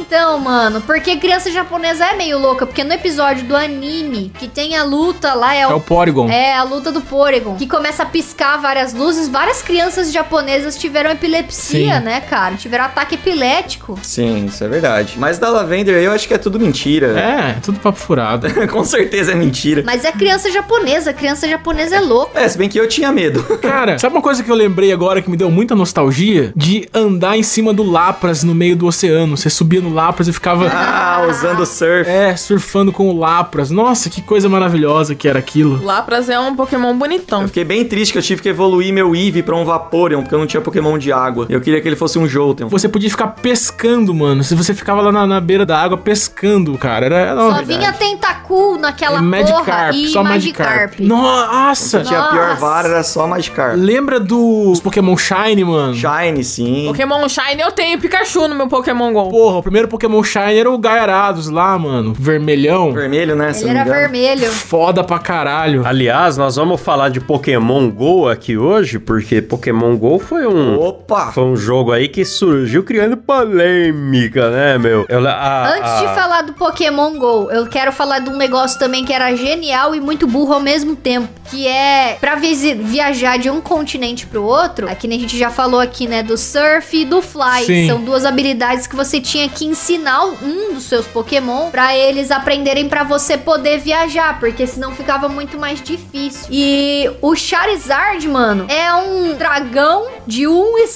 S3: então, mano, porque criança japonesa é meio louca, porque no episódio do anime que tem a luta lá é
S2: É o
S3: o
S2: Porygon.
S3: é a luta do Porygon, que começa a piscar várias luzes. Várias crianças japonesas tiveram epilepsia,
S2: Sim.
S3: né, cara? Tiveram ataque epilético.
S5: Sim, isso é verdade. Mas da Lavender aí eu acho que é tudo mentira.
S2: É, tudo papo furado.
S5: Com certeza é mentira.
S3: Mas é criança japonesa, criança japonesa é louca.
S5: É, se bem que eu tinha medo.
S2: Cara, sabe uma coisa que eu lembrei agora que me deu muita nostalgia? De andar em cima do Lapras no meio do oceano. Você subia no Lapras e ficava.
S5: Ah, usando surf.
S2: É, surfando com o Lapras. Nossa, que coisa maravilhosa que era aquilo.
S4: Lapras é um Pokémon
S5: Eu
S4: bonitão.
S5: fiquei bem triste que eu tive que evoluir meu Eevee pra um Vaporeon, porque eu não tinha Pokémon de água. Eu queria que ele fosse um Jolteon.
S2: Você podia ficar pescando, mano. Se você ficava lá na, na beira da água pescando, cara. Era, era uma
S3: Só
S2: novidade.
S3: vinha Tentacool naquela
S5: É
S2: E
S3: porra e
S2: só
S3: Magikarp.
S2: Magikarp. Nossa!
S5: Tinha a pior
S3: Nossa.
S5: vara, era só Magikarp.
S2: Lembra dos Pokémon Shine, mano?
S5: Shine, sim.
S4: Pokémon Shine eu tenho Pikachu no meu Pokémon GO.
S2: Porra, o primeiro Pokémon Shine era o Gaiarados lá, mano. Vermelhão.
S5: Vermelho, né? se
S3: é Ele
S5: eu não
S3: era
S5: me engano.
S3: vermelho.
S2: Foda pra caralho.
S1: Aliás, nós vamos falar de Pokémon GO aqui hoje, porque Pokémon GO foi um...
S5: Opa!
S1: Foi um jogo aí que surgiu criando polêmica, né, meu? Eu-
S5: Ah,
S1: a-
S3: Antes de
S1: a-
S3: falar do Pokémon GO, eu quero falar de um negócio também que era genial e muito burro ao mesmo tempo. Que é pra visi- viajar de um continente pro outro, aqui nem a gente já falou aqui, né? Do surf e do fly.
S2: Sim.
S3: São duas habilidades que você tinha que ensinar um dos seus Pokémon pra eles aprenderem pra você poder viajar. Porque senão ficava muito mais difícil. E o Charizard, mano, é um dragão de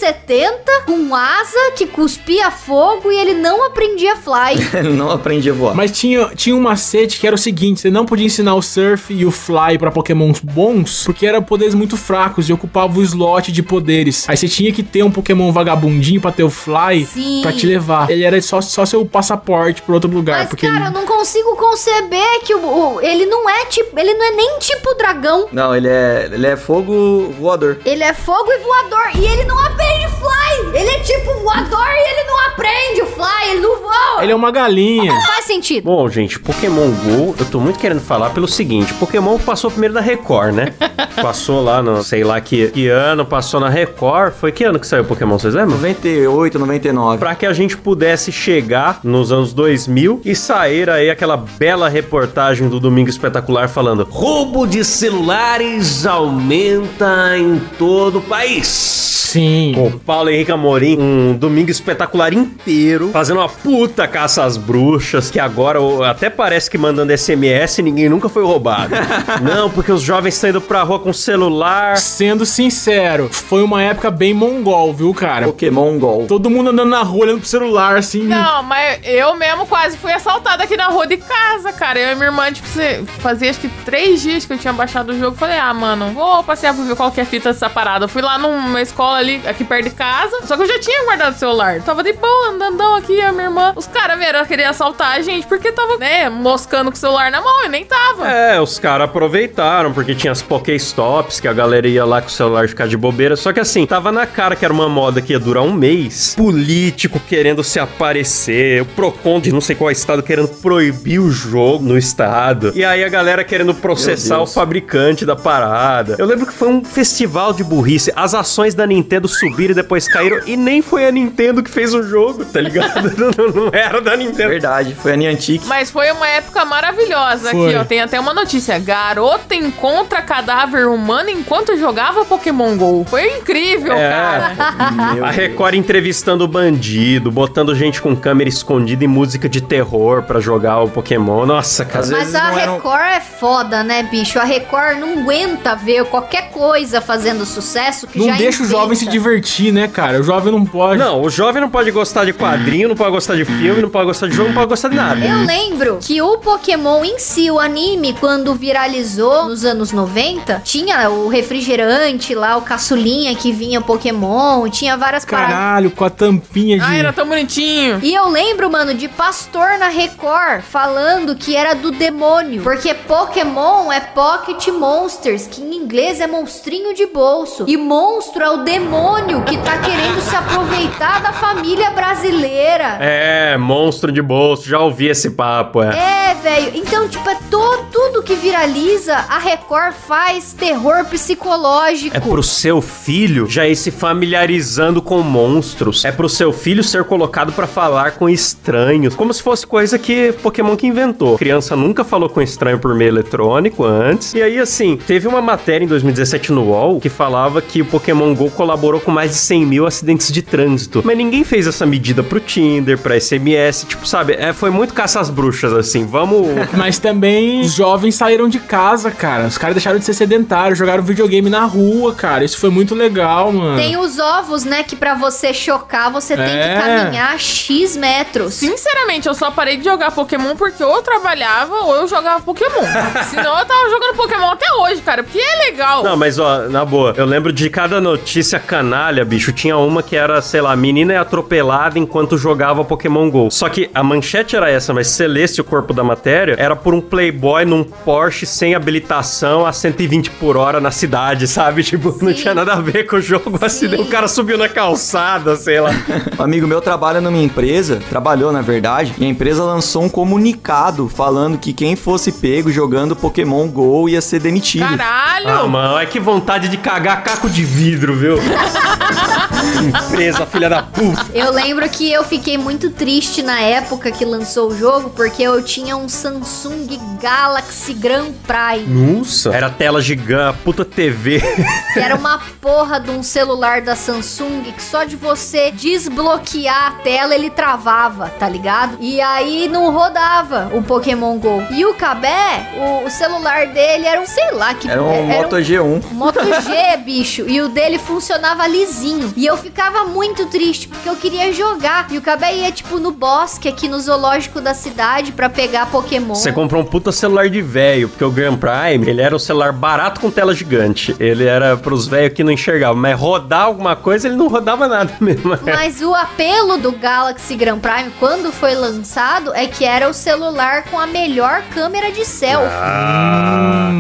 S3: 1,70 com asa que cuspia fogo e ele não aprendia fly.
S5: não aprendi a voar.
S2: Mas tinha, tinha um macete que era o seguinte: você não podia ensinar o surf e o fly pra pokémons bons, porque eram poderes muito fracos e ocupavam o slot de poderes. Aí você tinha que ter um pokémon vagabundinho pra ter o fly
S3: Sim.
S2: pra te levar. Ele era só, só seu passaporte pra outro lugar.
S3: Mas,
S2: É, porque
S3: cara, eu
S2: ele...
S3: não consigo conceber que o, o- ele não é tipo. Ele não é nem tipo dragão.
S5: Não, ele é, ele é fogo voador.
S3: Ele é fogo e voador. E ele não aprende fly. Ele é tipo voador e ele não aprende o fly. Ele não voa.
S2: ele é uma galinha.
S3: Não faz sentido.
S1: Bom, gente, Pokémon GO, eu tô muito querendo falar pelo seguinte, Pokémon passou primeiro na Record, né? passou lá no, sei lá que, que ano, passou na Record. Foi que ano que saiu Pokémon, vocês lembram?
S5: 98, 99.
S1: Pra que a gente pudesse chegar nos anos 2000 e sair aí aquela bela reportagem do Domingo Espetacular falando roubo de celulares aumenta em todo o país.
S2: Sim.
S1: Com o Paulo Henrique Amorim, um domingo espetacular inteiro, fazendo uma puta caça às bruxas, que agora o- até parece que mandando SMS ninguém nunca foi roubado. Não, porque os jovens estão indo pra rua com celular.
S2: Sendo sincero, foi uma época bem mongol, viu, cara?
S5: Pokémon Gol.
S2: Todo mundo andando na rua olhando pro celular, assim.
S4: Não, mas eu mesmo quase fui assaltada aqui na rua de casa, cara. Eu e minha irmã, tipo, se- fazia acho que três dias que eu tinha baixado o jogo. Falei, ah, mano, vou passear pra ver qual que é a fita dessa parada. Eu fui lá numa escola ali, aqui perto de casa. Só que eu já tinha guardado o celular. Tava de boa, andandão aqui, eu e minha irmã. Os caras vieram querer assaltar a gente, porque tava, né, moscando com o celular na mão. Eu nem tava.
S1: É, os caras aproveitaram, porque tinha as Pokéstops, que a galera ia lá com o celular ficar de bobeira. Só que assim, tava na cara que era uma moda que ia durar um mês. Político querendo se aparecer, o Procon de não sei qual estado querendo proibir o jogo no estado. E aí a galera querendo processar
S5: Meu
S1: o
S5: Deus.
S1: fabricante da parada. Eu lembro que foi um festival de burrice. As ações da Nintendo subiram e depois caíram. E nem foi a Nintendo que fez o jogo, tá ligado? não, não era da Nintendo.
S5: Verdade, foi a Niantic.
S4: Mas foi uma época maravilhosa
S2: Foi.
S4: aqui, ó. Tem até uma notícia. Garota encontra cadáver humano enquanto jogava Pokémon GO. Foi incrível,
S1: É.
S4: cara.
S5: Meu
S1: A
S5: Deus.
S1: Record entrevistando bandido, botando gente com câmera escondida e música de terror pra jogar o Pokémon. Nossa, cara.
S5: Às vezes
S3: Mas a
S5: não era um-
S3: Record é foda, né, bicho? A Record não aguenta ver qualquer coisa fazendo sucesso que já
S2: Não deixa o
S3: inventa.
S2: jovem se divertir, né, cara? O jovem não pode.
S1: Não, o jovem não pode gostar de quadrinho, não pode gostar de filme, não pode gostar de jogo, não pode gostar de nada.
S3: Eu lembro que o Pokémon em si, o anime, quando viralizou nos anos 90, tinha o refrigerante lá, o caçulinha que vinha Pokémon, tinha várias paradas.
S2: Caralho, com a tampinha de.
S4: Ai, Ah, era tão bonitinho.
S3: E eu lembro, mano, de pastor na Record falando que era do demônio. Porque Pokémon é Pocket Monsters, que em inglês é monstrinho de bolso. E monstro é o demônio que tá querendo se aproveitar da família brasileira.
S1: É, monstro de bolso, já ouvi esse papo, é.
S3: É, velho, velho. Então, tipo, é to- tudo que viraliza, a Record faz terror psicológico.
S1: É pro seu filho já ir se familiarizando com monstros. É pro seu filho ser colocado pra falar com estranhos. Como se fosse coisa que Pokémon que inventou. Criança nunca falou com estranho por meio eletrônico antes. E aí, assim, teve uma matéria em 2017 no UOL que falava que o Pokémon GO colaborou com mais de 100 mil acidentes de trânsito. Mas ninguém fez essa medida pro Tinder, pra SMS. Tipo, sabe? É, foi muito caça às bruxas, assim. Vamos...
S2: Mas também os jovens saíram de casa, cara. Os caras deixaram de ser sedentários, jogaram videogame na rua, cara. Isso foi muito legal, mano.
S3: Tem os ovos, né? Que pra você chocar, você tem
S2: É.
S3: que caminhar X metros.
S4: Sinceramente, eu só parei de jogar Pokémon porque ou eu trabalhava ou eu jogava Pokémon. Senão eu tava jogando Pokémon até hoje, cara, porque é legal.
S1: Não, mas ó, na boa, eu lembro de cada notícia canalha, bicho. Tinha uma que era, sei lá, menina é atropelada enquanto jogava Pokémon GO. Só que a manchete era essa, mas se você lesse o corpo da matéria, era por um playboy num Porsche sem habilitação a 120 por hora na cidade, sabe? Tipo, não
S3: Sim.
S1: tinha nada a ver com o jogo, o acidente. O cara subiu na calçada, sei lá.
S5: Um amigo meu trabalha numa empresa, trabalhou na verdade, e a empresa lançou um comunicado falando que quem fosse pego jogando Pokémon GO ia ser demitido.
S4: Caralho!
S1: Ah, mano, é que vontade de cagar caco de vidro, viu? Empresa, filha da puta.
S3: Eu lembro que eu fiquei muito triste na época que lançou o jogo, porque eu tinha um Samsung Galaxy Grand Prime,
S1: Nossa. Era tela gigante, puta TV.
S3: que era uma porra de um celular da Samsung que só de você desbloquear a tela ele travava, tá ligado? E aí não rodava o Pokémon GO. E o Cabé, o, o celular dele era um, sei lá, que
S5: Era um Moto G1.
S3: Moto G, bicho. E o dele funcionava lisinho. E eu ficava muito triste, porque eu queria jogar. E o Cabé ia, tipo, no bosque, aqui no zoológico da cidade, pra pegar Pokémon.
S1: Você comprou um puta celular de velho, porque o Grand Prime, ele era um celular barato com tela gigante. Ele era pros velhos que não enxergavam, mas rodar alguma coisa, ele não rodava nada mesmo.
S3: Mas o apelo do Galaxy Grand Prime, quando foi lançado, é que era o celular com a melhor câmera de selfie.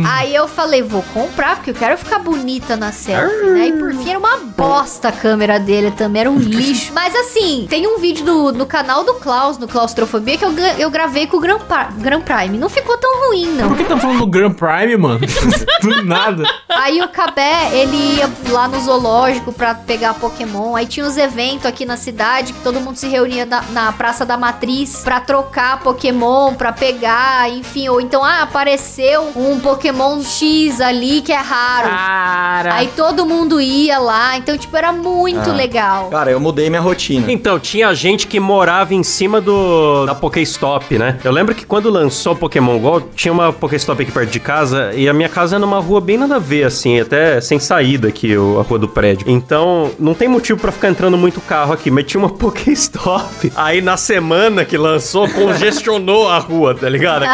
S3: Aí eu falei, vou comprar, porque eu quero ficar bonita na selfie, né? E por fim, era uma bosta a câmera dele também, era um lixo. Mas assim, tem um vídeo do, no canal do Klaus, no Claustrofobia, que eu, gra- eu gravei com o Grand, Pa- Grand Prime. Não ficou tão ruim, não.
S2: Por que estamos falando do Grand Prime, mano? Do nada.
S3: Aí o Cabé, ele ia lá no zoológico pra pegar Pokémon. Aí tinha uns eventos aqui na cidade que todo mundo se reunia na, na Praça da Matriz pra trocar Pokémon, pra pegar, enfim. Ou então, ah, apareceu um Pokémon X ali que é raro.
S4: Cara.
S3: Aí todo mundo ia lá, então, tipo, era muito legal.
S5: Cara, eu mudei minha rotina.
S1: Então, tinha gente que morava em cima do da Pokéstop, né? Eu lembro que quando lançou Pokémon GO, tinha uma Pokéstop aqui perto de casa, e a minha casa é numa rua bem nada a ver, assim, até sem saída aqui, o- a rua do prédio. Então, não tem motivo pra ficar entrando muito carro aqui, mas tinha uma Pokéstop. Aí, na semana que lançou, congestionou a rua, tá ligado?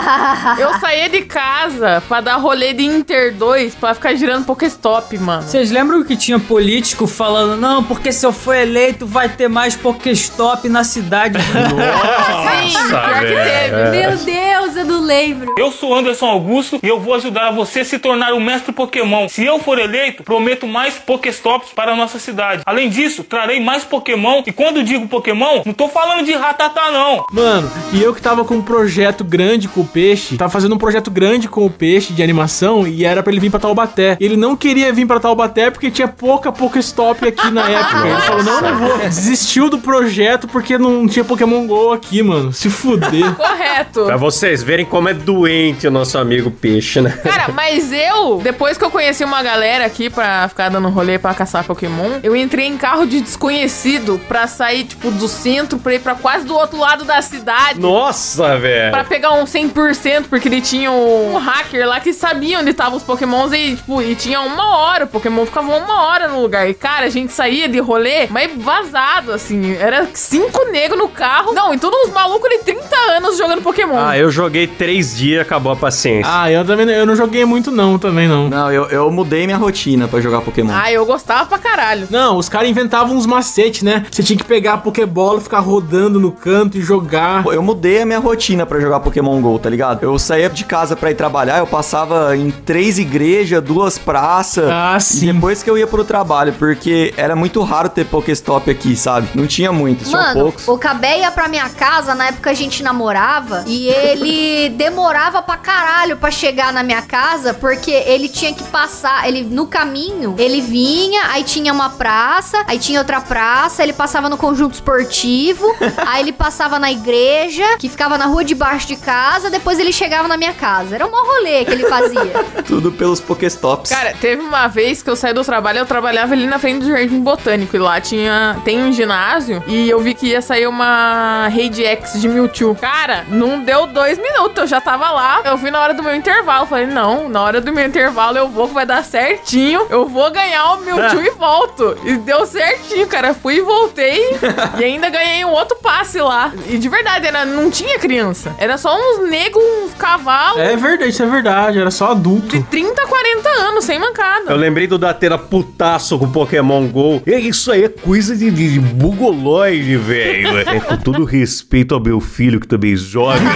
S4: Eu saía de casa pra dar rolê de Inter 2 pra ficar girando Pokéstop, mano.
S6: Vocês lembram que tinha político falando, não, porque se eu for eleito vai ter mais Pokéstop na cidade?
S4: Sim, Assim, pior que
S1: velho. é.
S4: teve.
S3: Meu Deus, eu não lembro.
S7: Eu sou Anderson Augusto e eu vou ajudar você a se tornar o mestre Pokémon. Se eu for eleito, prometo mais Pokéstops para a nossa cidade. Além disso, trarei mais Pokémon. E quando eu digo Pokémon, não tô falando de ratatá, não.
S2: Mano, e eu que tava com um projeto grande com o peixe, tava fazendo um projeto grande com o peixe de animação e era pra ele vir pra Taubaté. Ele não queria vir pra Taubaté porque tinha pouca Pokéstop aqui na época. Ele falou: não, não vou. Desistiu do projeto porque não tinha Pokémon GO aqui, mano. Se fuder.
S4: Correto.
S1: Pra vocês verem como é doente o nosso amigo peixe, né?
S4: Cara, mas eu, depois que eu conheci uma galera aqui pra ficar dando rolê pra caçar Pokémon, eu entrei em carro de desconhecido pra sair, tipo, do centro pra ir pra quase do outro lado da cidade.
S1: Nossa,
S4: Pra
S1: velho!
S4: pegar um 100%, porque ele tinha um hacker lá que sabia onde estavam os pokémons e, tipo, e tinha uma hora. O pokémon ficava uma hora no lugar. E, cara, a gente saía de rolê, mas vazado, assim. Era cinco negros no carro. Não, e todos uns malucos de 30 anos jogando pokémon.
S1: Ah, eu joguei três dias, acabou a paciência.
S2: ah, eu também não, eu não joguei muito, não, também não.
S5: Não, eu, eu mudei minha rotina pra jogar Pokémon.
S4: Ah, eu gostava pra caralho.
S2: Não, os caras inventavam uns macetes, né? Você tinha que pegar a Pokébola, ficar rodando no canto e jogar.
S5: Pô, Eu mudei a minha rotina pra jogar Pokémon GO, tá ligado? Eu saía de casa pra ir trabalhar, eu passava em três igrejas, duas praças.
S2: Ah,
S5: E
S2: sim.
S5: depois que eu ia pro trabalho, porque era muito raro ter Pokéstop aqui, sabe? Não tinha um muitos, tinha
S3: Mano,
S5: poucos.
S3: o Cabé ia pra minha casa, na época a gente namorava, e ele ele demorava pra caralho pra chegar na minha casa, porque ele tinha que passar, ele no caminho, ele vinha, aí tinha uma praça, aí tinha outra praça, ele passava no conjunto esportivo, aí ele passava na igreja, que ficava na rua debaixo de casa, depois ele chegava na minha casa. Era um maior rolê que ele fazia.
S5: Tudo pelos Pokéstops.
S4: Cara, teve uma vez que eu saí do trabalho, eu trabalhava ali na frente do Jardim Botânico. E lá tinha. Tem um ginásio. E eu vi que ia sair uma Raid X de Mewtwo. Cara, não deu dois minutos. Eu já tava lá. Eu fui na hora do meu intervalo. Falei, não, na hora do meu intervalo eu vou, que vai dar certinho. Eu vou ganhar o Mewtwo e volto. E deu certinho, cara. Fui e voltei. e ainda ganhei um outro passe lá. E de verdade, era, não tinha criança. Era só uns negros, uns cavalos.
S2: É verdade, isso é verdade. Era só adulto.
S4: De 30, 40 anos, sem mancada.
S1: Eu lembrei do Datena putaço com Pokémon GO. E Isso aí é coisa de, de bugoloide, velho. É com todo respeito ao meu filho que também joga. né?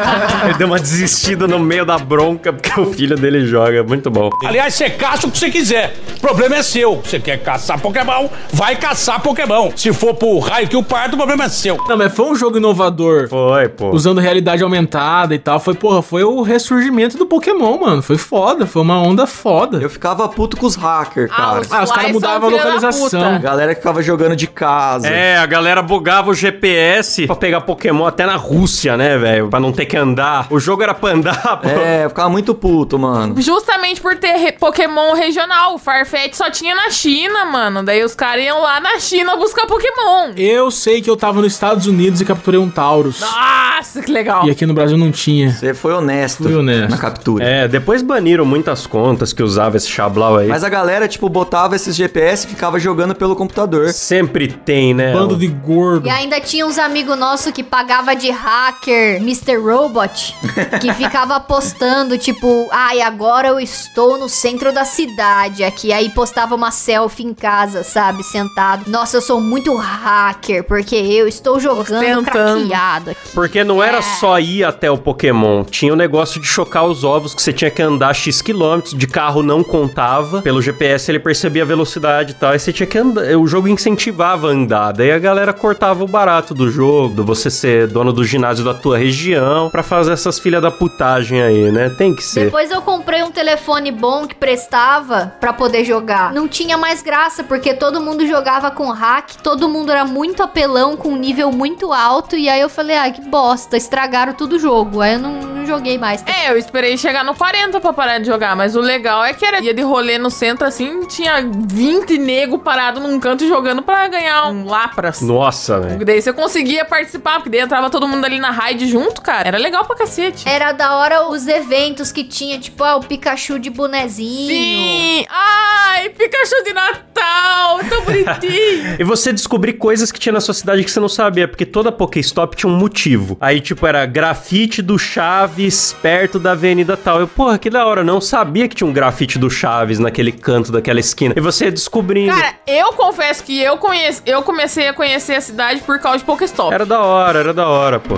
S1: Ele deu uma desistida no meio da bronca porque o filho dele joga. Muito bom.
S8: Aliás, você caça o que você quiser. O problema é seu. Você quer caçar Pokémon, vai caçar Pokémon. Se for pro raio que o parto, o problema é seu.
S2: Não, mas foi um jogo inovador.
S1: Foi, pô.
S2: Usando realidade aumentada e tal. Foi, porra, foi o ressurgimento do Pokémon, mano. Foi foda, foi uma onda foda.
S5: Eu ficava puto com os hackers, cara.
S2: Ah, os caras
S4: Flies são
S2: mudavam a
S4: filha da
S2: localização.
S4: puta.
S5: Galera que ficava jogando de casa.
S1: É, a galera bugava o GPS pra pegar Pokémon até na Rússia, né, velho? Pra não ter que andar. O jogo era pra andar, pô.
S5: É, eu ficava muito puto, mano.
S4: Justamente por ter re- Pokémon regional. O Farfetch só tinha na China, mano. Daí os caras iam lá na China buscar Pokémon.
S2: Eu sei que eu tava nos Estados Unidos e capturei um Taurus.
S4: Nossa, que legal.
S2: E aqui no Brasil não tinha.
S5: Você foi honesto,
S2: Fui honesto.
S5: na captura.
S1: É, depois baniram muitas contas que usava esse Xablau aí.
S5: Mas a galera, tipo, botava esses GPS e ficava jogando pelo computador.
S1: Sempre tem,
S5: É,
S1: né?
S2: Bando de gordo.
S3: E ainda tinha uns amigos nossos que pagava de hacker, Mr. Robot, que ficava postando, tipo, ai, agora eu estou no centro da cidade aqui. Aí postava uma selfie em casa, sabe? Sentado. Nossa, eu sou muito hacker, porque eu estou jogando
S4: Ostentando.
S3: craqueado aqui.
S1: Porque não era só ir até o Pokémon, tinha o negócio de chocar os ovos que você tinha que andar X quilômetros, de carro não contava, pelo GPS ele percebia a velocidade e tal, e você tinha que andar, o jogo incentivava a andar, daí a galera cortava o barato do jogo, do você ser dono do ginásio da tua região, pra fazer essas filha da putagem aí, né? Tem que ser.
S3: Depois eu comprei um telefone bom que prestava pra poder jogar. Não tinha mais graça, porque todo mundo jogava com hack, todo mundo era muito apelão, com um nível muito alto. E aí eu falei, ah, que bosta, estragaram tudo o jogo. Aí eu não, não joguei mais.
S4: É, eu esperei chegar no 40 pra parar de jogar, mas o legal é que era ia de rolê no centro assim, tinha 20 nego parado num canto jogando pra ganhar um Lapras.
S1: Nossa, velho.
S4: Daí você conseguia participar, porque daí entrava todo mundo ali na raid junto, cara. Era legal pra cacete.
S3: Era da hora os eventos que tinha, tipo, ah, o Pikachu de bonezinho.
S4: Sim! Ai, Pikachu de Natal! Tão bonitinho!
S1: E você descobrir coisas que tinha na sua cidade que você não sabia, porque toda Pokéstop tinha um motivo. Aí, tipo, era grafite do Chaves perto da avenida tal. Eu, porra, que da hora, não sabia que tinha um grafite do Chaves naquele canto daquela esquina. E você ia descobrindo.
S4: Cara, eu confesso que eu, conhece, eu comecei a conhecer a cidade por causa de Pokéstop.
S1: Era da hora, era da hora, pô.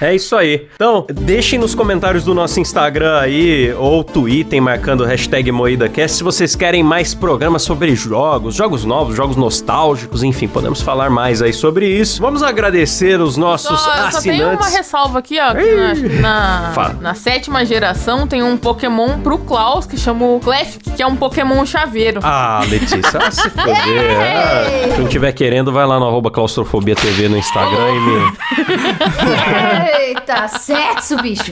S1: É isso aí. Então, deixem nos comentários do nosso Instagram aí, ou tweetem marcando o hashtag MoídaCast se vocês querem mais programas sobre jogos, jogos novos, jogos nostálgicos, enfim, podemos falar mais aí sobre isso. Vamos agradecer os
S4: Só,
S1: nossos
S4: só tem uma
S1: assinantes.
S4: ressalva aqui, ó. que na, na,
S1: Fala.
S4: na sétima geração tem um Pokémon pro Klaus que chama o Clefk, que é um Pokémon chaveiro.
S1: Ah, Letícia, ah, se foder. Ah, quem tiver querendo, vai lá no arroba claustrofobia TV no Instagram e me...
S3: Eita, sexo, bicho.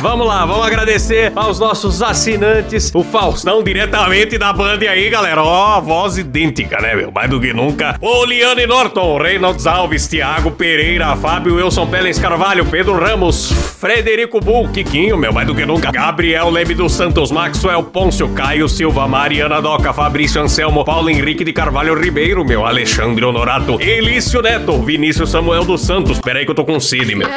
S1: Vamos lá, vamos agradecer aos nossos assinantes, o Faustão diretamente da Band aí, galera. Ó, voz idêntica, né, meu? Mais do que nunca. O Liane Norton, Reynolds Alves, Thiago Pereira, Fábio Wilson Pellens Carvalho, Pedro Ramos, Frederico Bull, Quiquinho, meu, mais do que nunca. Gabriel Leme dos Santos, Maxwell Pôncio, Caio Silva, Mariana Doca, Fabrício Anselmo, Paulo Henrique de Carvalho Ribeiro, meu, Alexandre Honorato, Elício Neto, Vinícius Samuel dos Santos. Peraí que eu tô com sede, meu.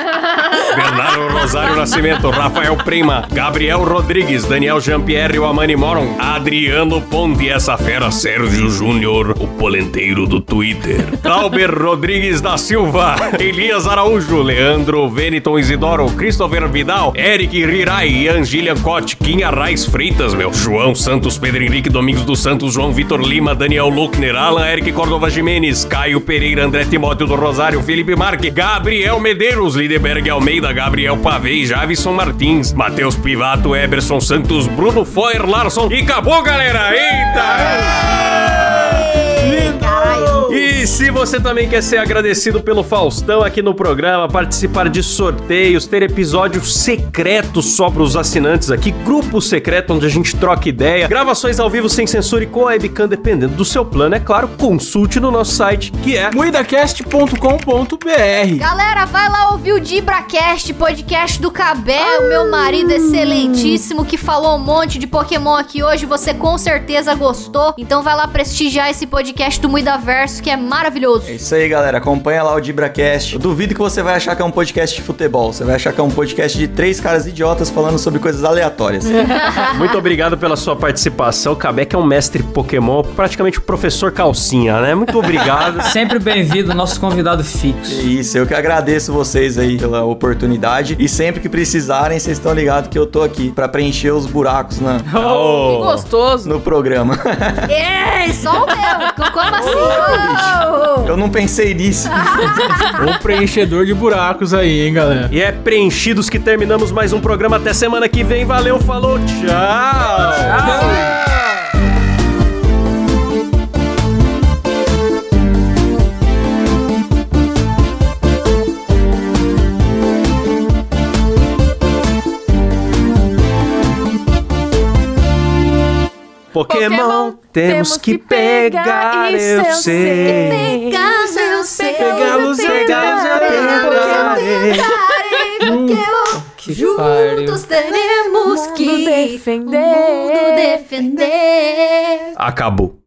S1: Bernardo Rosário Nascimento, Rafael Prima, Gabriel Rodrigues, Daniel Jean-Pierre, o Amani Moron, Adriano Ponte, essa fera, Sérgio Júnior, o polenteiro do Twitter, Clauber Rodrigues da Silva, Elias Araújo, Leandro Veniton Isidoro, Christopher Vidal, Eric Rirai, Angília Cote, Quinha Raiz Freitas, meu, João Santos, Pedro Henrique Domingos dos Santos, João Vitor Lima, Daniel Luckner, Alan Eric Cordova Jimenez, Caio Pereira, André Timóteo do Rosário, Felipe Marque, Gabriel Medeiros,
S9: Medeiros, Lideberg Almeida, Gabriel Pavei, Javison Martins, Matheus Pivato, Eberson Santos, Bruno Foyer, Larson. E acabou, galera! Eita!
S1: E se você também quer ser agradecido pelo Faustão aqui no programa, participar de sorteios, ter episódio secreto só para os assinantes aqui, grupo secreto onde a gente troca ideia, gravações ao vivo sem censura e com a webcam, dependendo do seu plano, é claro, consulte no nosso site que é
S2: muidacast.com.br.
S3: Galera, vai lá ouvir o DibraCast, podcast do Cabé, o meu marido excelentíssimo que falou um monte de Pokémon aqui hoje. Você com certeza gostou. Então vai lá prestigiar esse podcast do Muidaverso que é maravilhoso.
S5: É isso aí, galera. Acompanha lá o DibraCast. Eu duvido que você vai achar que é um podcast de futebol. Você vai achar que é um podcast de três caras idiotas falando sobre coisas aleatórias.
S2: É.
S1: Muito obrigado pela sua participação. O Kabeck é um mestre Pokémon, praticamente o professor calcinha, né? Muito obrigado.
S6: Sempre bem-vindo, nosso convidado fixo.
S5: É isso, eu que agradeço vocês aí pela oportunidade. E sempre que precisarem, vocês estão ligados que eu tô aqui pra preencher os buracos na...
S1: Ah,
S4: Oh, que gostoso.
S5: No programa.
S3: É, só o meu. Como assim?
S5: Eu não pensei nisso.
S2: O preenchedor de buracos aí, hein, galera.
S1: E é preenchidos que terminamos mais um programa. Até semana que vem. Valeu, falou, tchau. Pokémon, temos que pegar, eu
S4: um
S1: sei.
S3: Caso eu sei.
S1: Pegá-los, pegá-los, pegarei.
S6: Que pariu.
S3: Juntos teremos que
S10: defender.
S3: o mundo defender.
S1: Acabou.